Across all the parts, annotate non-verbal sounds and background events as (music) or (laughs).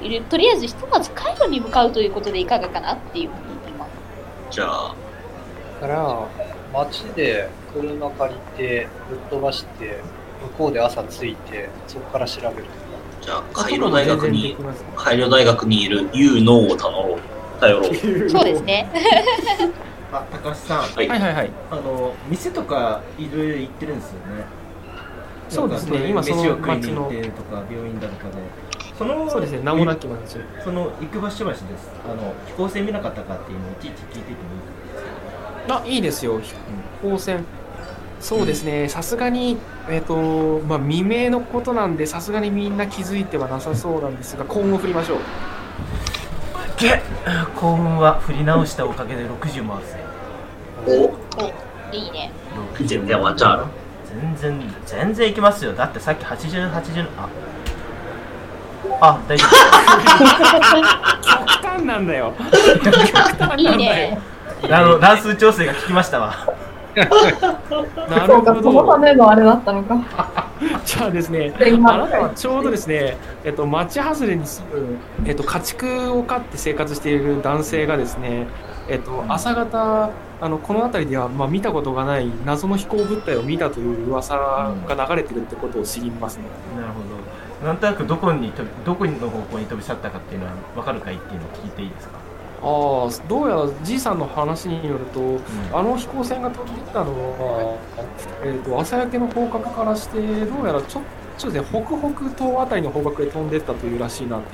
いるとりあえずひとまずカイロに向かうということでいかがかなっていうふうに思いますじゃあ、から街で車借りてぶっ飛ばして向こうで朝着いてそこから調べるじゃあ、海洋大学に、海洋大学にいる U のを頼ろう。頼ろう。そうです。ねあ、高橋さん、はい。はいはいはい。あの店とかいろいろ行ってるんですよね。そうですねなんかそうい今そのう飯を食いに行ってるとか病院だとかで、そのそうですね、名もなき町。その行く場所々です。あの飛行船見なかったかっていうのをいちいち聞いていてもいいですあ、いいですよ、飛行船。そうですね、さすがに、えっ、と、まあ、未明のことなんで、さすがにみんな気づいてはなさそうなんですが、幸運を振りましょう。か。幸運は振り直したおかげで60万ですね。おいいね全然ワンチャンある全然全然行きますよだってさっき8080ああ大丈極端なんだよ。いいね夫あの乱数調整が効きましたわなそるうか、ほそのたど。めのあれだったのか。じゃあですね、で今あなたはちょうどですね、えっと、町外れに住む、えっと、家畜を飼って生活している男性がですね、えっと、朝方あのこの辺りでは、まあ、見たことがない謎の飛行物体を見たという噂が流れてくるってことを知りますね。なるほどなんとなくどこに飛びどこの方向に飛び去ったかっていうのは分かるかいっていうのを聞いていいですか、ああどうやらじいさんの話によるとあの飛行船が飛んできたのは、えー、と朝焼けの方角からしてどうやらちょちょっとね北北東あたりの方角へ飛んでったというらしいなって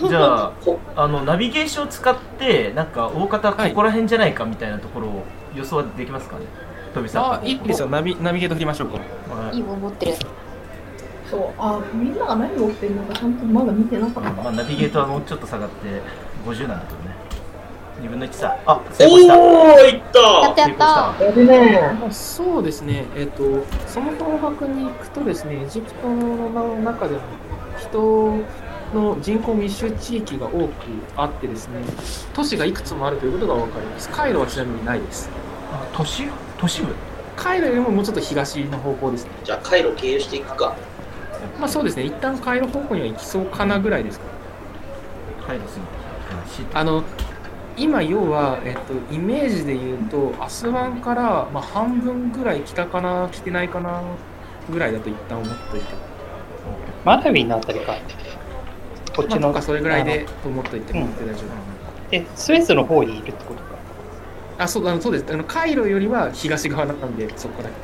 うんじゃああのナビゲーションを使ってなんか大方ここら辺じゃないかみたいなところを予想はできますかね飛び去ったあいいですよナビナビゲート振りましょうかはいいいもん持ってるそう、あ、みんなが何を起きてるのかちゃんとまだ見てなかった。まあ、ナビゲートはもうちょっと下がって50なんだけどね2分の1さあ成功したおー、いったやったやったやるね。まあそうですね、えっとその方角に行くとですねエジプトの中でも人の人口密集地域が多くあってですね都市がいくつもあるということが分かりますカイロはちなみにないですあ都市都市部カイロよりももうちょっと東の方向ですねじゃあ、回路経由していくか。まあそうですね、一旦カイロ方向には行きそうかなぐらいですか。はいですね市あの今要は、えっと、イメージで言うとアスワンから、まあ、半分ぐらい来たかな来てないかなぐらいだと一旦思っておいて、マラビのあたりか。こっまちあ、なの。んかそれぐらいでと思っておいてもらって大丈夫、え、スエズの方にいるってことか。あそうあのそうですあのカイロよりは東側なんでそこだけ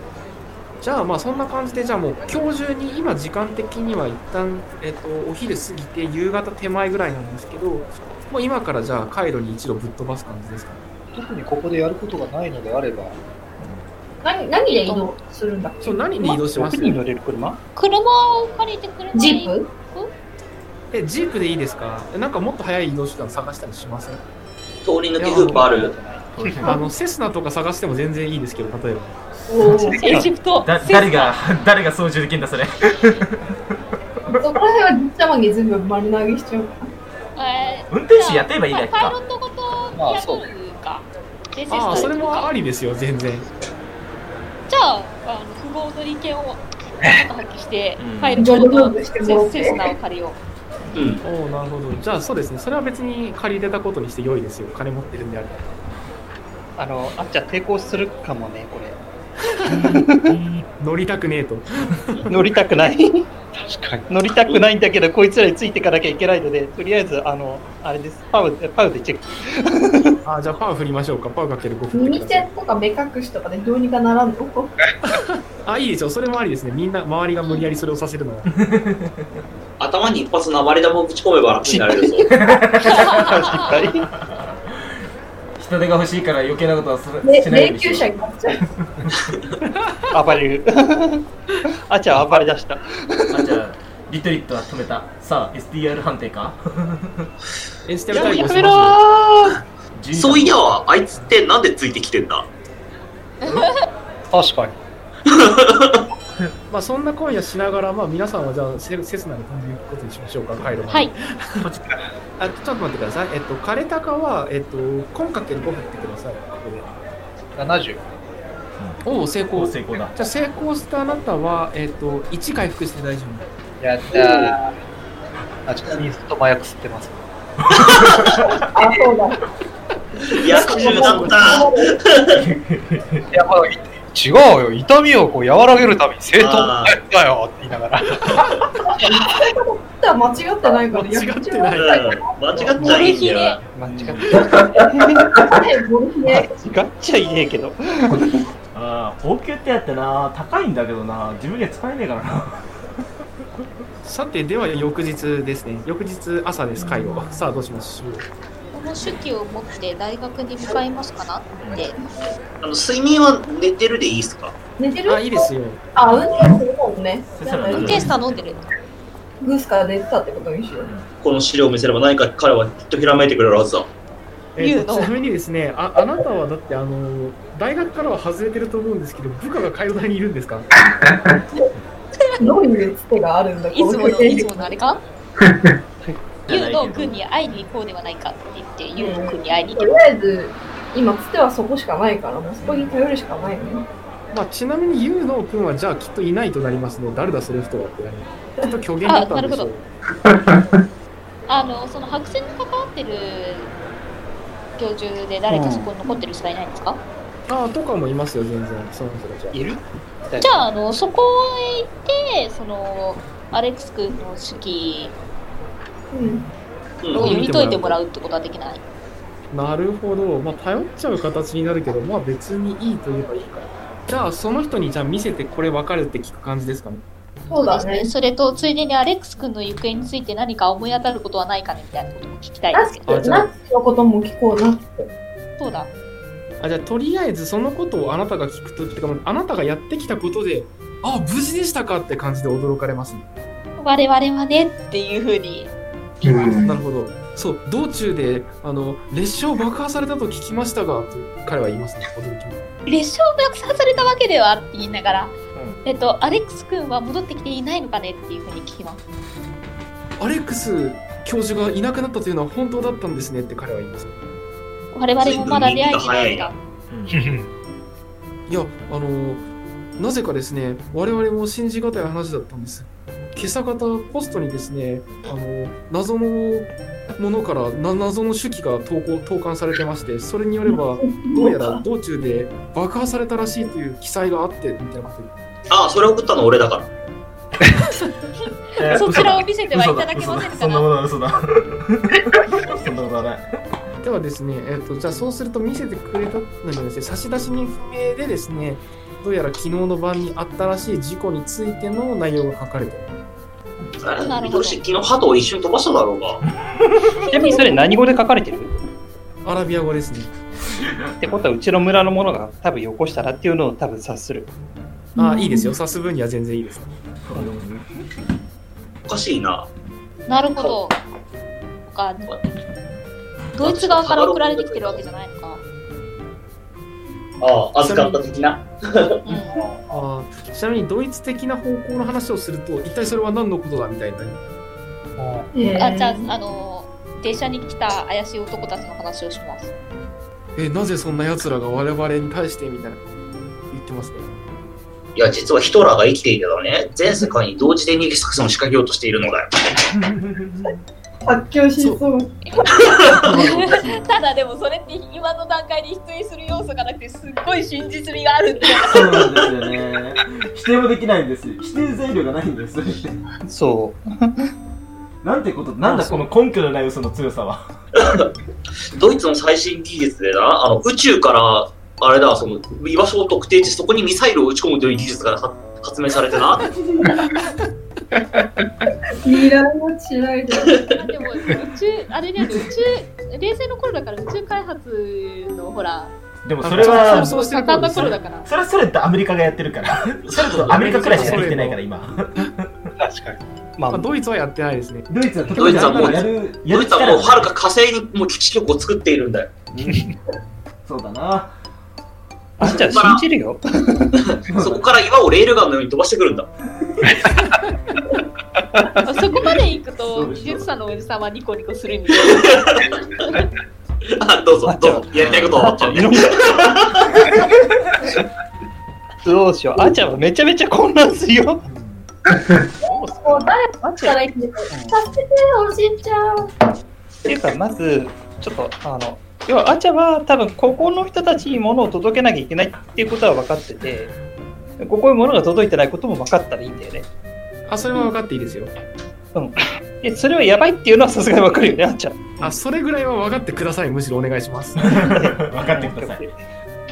じゃあまあそんな感じでじゃあもう今日中に今時間的には一旦、えっとお昼過ぎて夕方手前ぐらいなんですけどもう今からじゃあカイロに一度ぶっ飛ばす感じですかね特にここでやることがないのであれば何、何で移動するんだそう何に移動します6人乗れる車車を借りて車にジープえジープでいいですかえなんかもっと早い移動手段探したりしません通り抜けフープある。あのセスナとか探しても全然いいですけど例えばおーエジプトだ誰が誰が操縦できるんだそれそこら辺はじっちゃまに全部丸投げしちゃうから。え運転手やってればいいだけパイロかットごと雇うか先生ああそれもありりですよ全然じゃああの不合の利権を発揮してうんパイロッジョジョブトーとブしてもらってセスナを借りよううん。おおなるほどじゃあそうですねそれは別に借りれたことにして良いですよ金持ってるんであればあの、あっちゃん抵抗するかもね、これ。乗りたくねえと乗りたく (laughs) ない。乗りたくないんだけど、こいつらについていかなきゃいけないので、とりあえず、あの、あれです。パウ、パウでチェック。ああじゃあパウ振りましょうかパウかける5振って耳ください栓とか目隠 (laughs) しとかでどうにかならんのあいいですよそれもありですねみんな周りが無理やりそれをさせるのは頭に一発なまり玉をぶち込めば楽になれ (laughs) るぞ。失 (laughs) 敗人手が欲しいから余計なことはすめしないよう霊にしよう柩車になっちゃう。暴れる。 (laughs) あっちゃん暴れ出した。あじゃあリトリットは止めたさあ SDR 判定かエステルや対や抗しますめろー12そういやあいつってなんでついてきてんだ確かに。まあそんな声をしながらまあ皆さんはじゃあセセスナに飛んでいくことにしましょうかカイロまではいあちょっと待ってください。えっと、枯れたかは、えっと、今かける5振ってください。ここで。 70おお、成お功。じ成功だゃあ、成功したあなたは、えっと、1回復して大丈やったーあ、ちょっと水と麻薬吸ってます。 (laughs) あ、そうだ。薬中だったいや、まあ、い違うよ。痛みをこう和らげるために正当なやつだよって言いながら。間違ってないから、間違ってうないん間違っちゃいいんだよ。間違ってね。間違っちゃいねえけど。ああ、高級ってやってな、高いんだけどな、自分には使えねえからな。さて、では翌日ですね。翌日朝です、会を。さあ、どうしましょう。この手記を持って大学に向かいますかなって。あの睡眠は寝てるでいいですか寝てるあ、いいですよ。あ、運転するもんね。そしたらな運んか転手さん飲んでる。グースから寝てたってことにしよう。この資料を見せれば何か彼はきっとひらめいてくれるはずだ。え言ーうとのちなみにですねあ、あなたはだって、あの、大学からは外れてると思うんですけど、部下が海洋大にいるんですかどういうつてがあるんだ、いつも運の、転い手つものあれかユウの軍に会いに行こうではないかって言って、ユウの軍に会いに行く。とりあえず、今つてはそこしかないから、もうそこに頼るしかないね。まあ、ちなみに、ユウノウ君は、じゃあ、きっといないとなりますので、誰だ、それ人はってなりますきっと虚言だったんでしあなょるう。あの、その白線に関わってる教授で誰かそこに残ってる人はいないんですか、ああ、とかもいますよ、全然。その人たちは。いるじゃあ、あの、そこへ行って、その、アレックス君の指うん。う揮をん。読み解いてもらうってことはできない。なるほど。まあ、頼っちゃう形になるけど、まあ、別にいいと言えばいいから。じゃあ、その人に、じゃあ、見せて、これ分かるって聞く感じですかね。そうだね。それと、ついでにアレックス君の行方について何か思い当たることはないかねみたいなことも聞きたいナですけッど。あツ、じゃあナッツのことも聞こうな。そうだ。あじゃあとりあえずそのことをあなたが聞くとってかまああなたがやってきたことであ無事でしたかって感じで驚かれますね、我々はねっていうふうになるほどそう道中であの列車を爆破されたと聞きましたがと彼は言いますね驚きます列車を爆破されたわけではって言いながら、んえっと、アレックス君は戻ってきていないのかねっていうふうに聞きます。アレックス教授がいなくなったというのは本当だったんですねって彼は言います我々もまだ出会えてないが、いやあのなぜかですね我々も信じがたい話だったんです今朝方ポストにですねあの謎のものからな謎の手記が投稿投函されてましてそれによればどうやら道中で爆破されたらしいという記載があってみたいなことあ、それ送ったの俺だから。え (laughs) ーそちらを見せてはいただけません嘘だ嘘だかそんななことは嘘だ。そんなことはない。ではですね、えっとじゃあそうすると見せてくれたのにはですね差出人不明でですねどうやら昨日の晩にあったらしい事故についての内容が書かれてるあれなるほ見てどほしい昨日鳩を一瞬飛ばしただろうが。ちなみにそれ何語で書かれてるアラビア語ですねってことはうちの村のものが多分よこしたらっていうのを多分察する。あいいですよ指す分には全然いいですおかしいな。なるほど。他にドイツ側から送られてきてるわけじゃないのか。ああ、預かった的な。うん、あーちなみにドイツ的な方向の話をすると一体それは何のことだみたいになりあじゃあ、あの、電車に来た怪しい男たちの話をします。えなぜそんな奴らが我々に対してみたいな言ってますねいや、実はヒトラーが生きていたらね、全世界に同時でニュースクスを仕掛けようとしているのだよ。発狂しそう。 (laughs) ただでもそれって今の段階に否定する要素がなくてすっごい真実味があるんだよ。そうなんですよね。否定もできないんです。否定材料がないんです。そなんてこと、なんだこの根拠のない嘘の強さは。ドイツの最新技術でな、あの宇宙から、あれだ、その居場所を特定して、そこにミサイルを撃ち込むという技術が発発明されてな、いらんもしないで。でも宇宙あれね宇宙冷戦の頃だから宇宙開発のほらでもそれは、そそうして盛んる頃でなすね頃だかられはそれってアメリカがやってるから。それこそアメリカくらいしかできてないから今。確かに。う。ままあ、あ、ドイツはやってないですねドイツはドイツはもうやる、やドるイツはもう力はるがか火星にもう基地局を作っているんだよ。そうだな。あんちゃん信じるよ。そこから岩をレールガンのように飛ばしてくるんだ。そこまで行くとそうでしょ技術者のおじさんはニコニコするみたいなあどうぞ、どうぞ、やりたいことはあんちゃんいろんなどうしよう。あんちゃんはめちゃめちゃ混乱するよ。もう誰かったらいいんだけど、助けて、おじいちゃん。っていうか、まず、ちょっと、あの、要は、アチャは多分、ここの人たちに物を届けなきゃいけないっていうことは分かってて、ここに物が届いてないことも分かったらいいんだよね。あ、それは分かっていいですよ。で、それはやばいっていうのはさすがに分かるよね、アチャ。あ、それぐらいは分かってください。むしろお願いし (laughs) ます。 (laughs) 分かってください。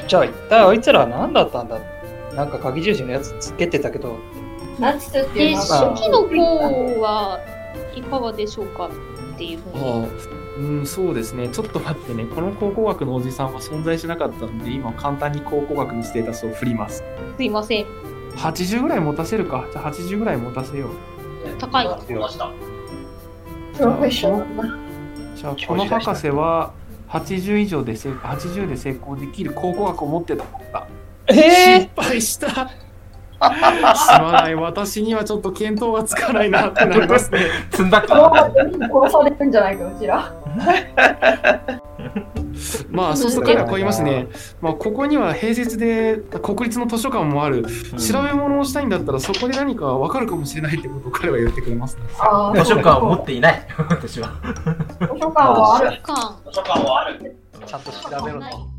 じゃあ、一体あいつらは何だったんだなんか鍵十字のやつつけてたけど、ナチスってでいうのまあ初期の方はいかがでしょうかっていうふうにあうん、そうですね。ちょっと待ってね。この考古学のおじさんは存在しなかったんで、今簡単に考古学のステータスを振ります。すいません80ぐらい持たせるか。じゃあ80ぐらい持たせよう。高いわかりました。プロフェッシ (laughs) ョナルな。じゃあこの博士は80以上で成80で成功できる考古学を持ってたもんだ。え失敗した。すまない。私にはちょっと見当がつかないなってなります (laughs) ね。 (laughs) 積んだこのかまま殺されるんじゃないか、うちら。まあ、そうすると彼はこう言いますね。まあ、ここには併設で国立の図書館もある。調べ物をしたいんだったら、そこで何かわかるかもしれないってことを彼は言ってくれます。あ図書館を持っていない、私は。図書館はある。感図書館はある。ー、ちゃんと調がべろないと。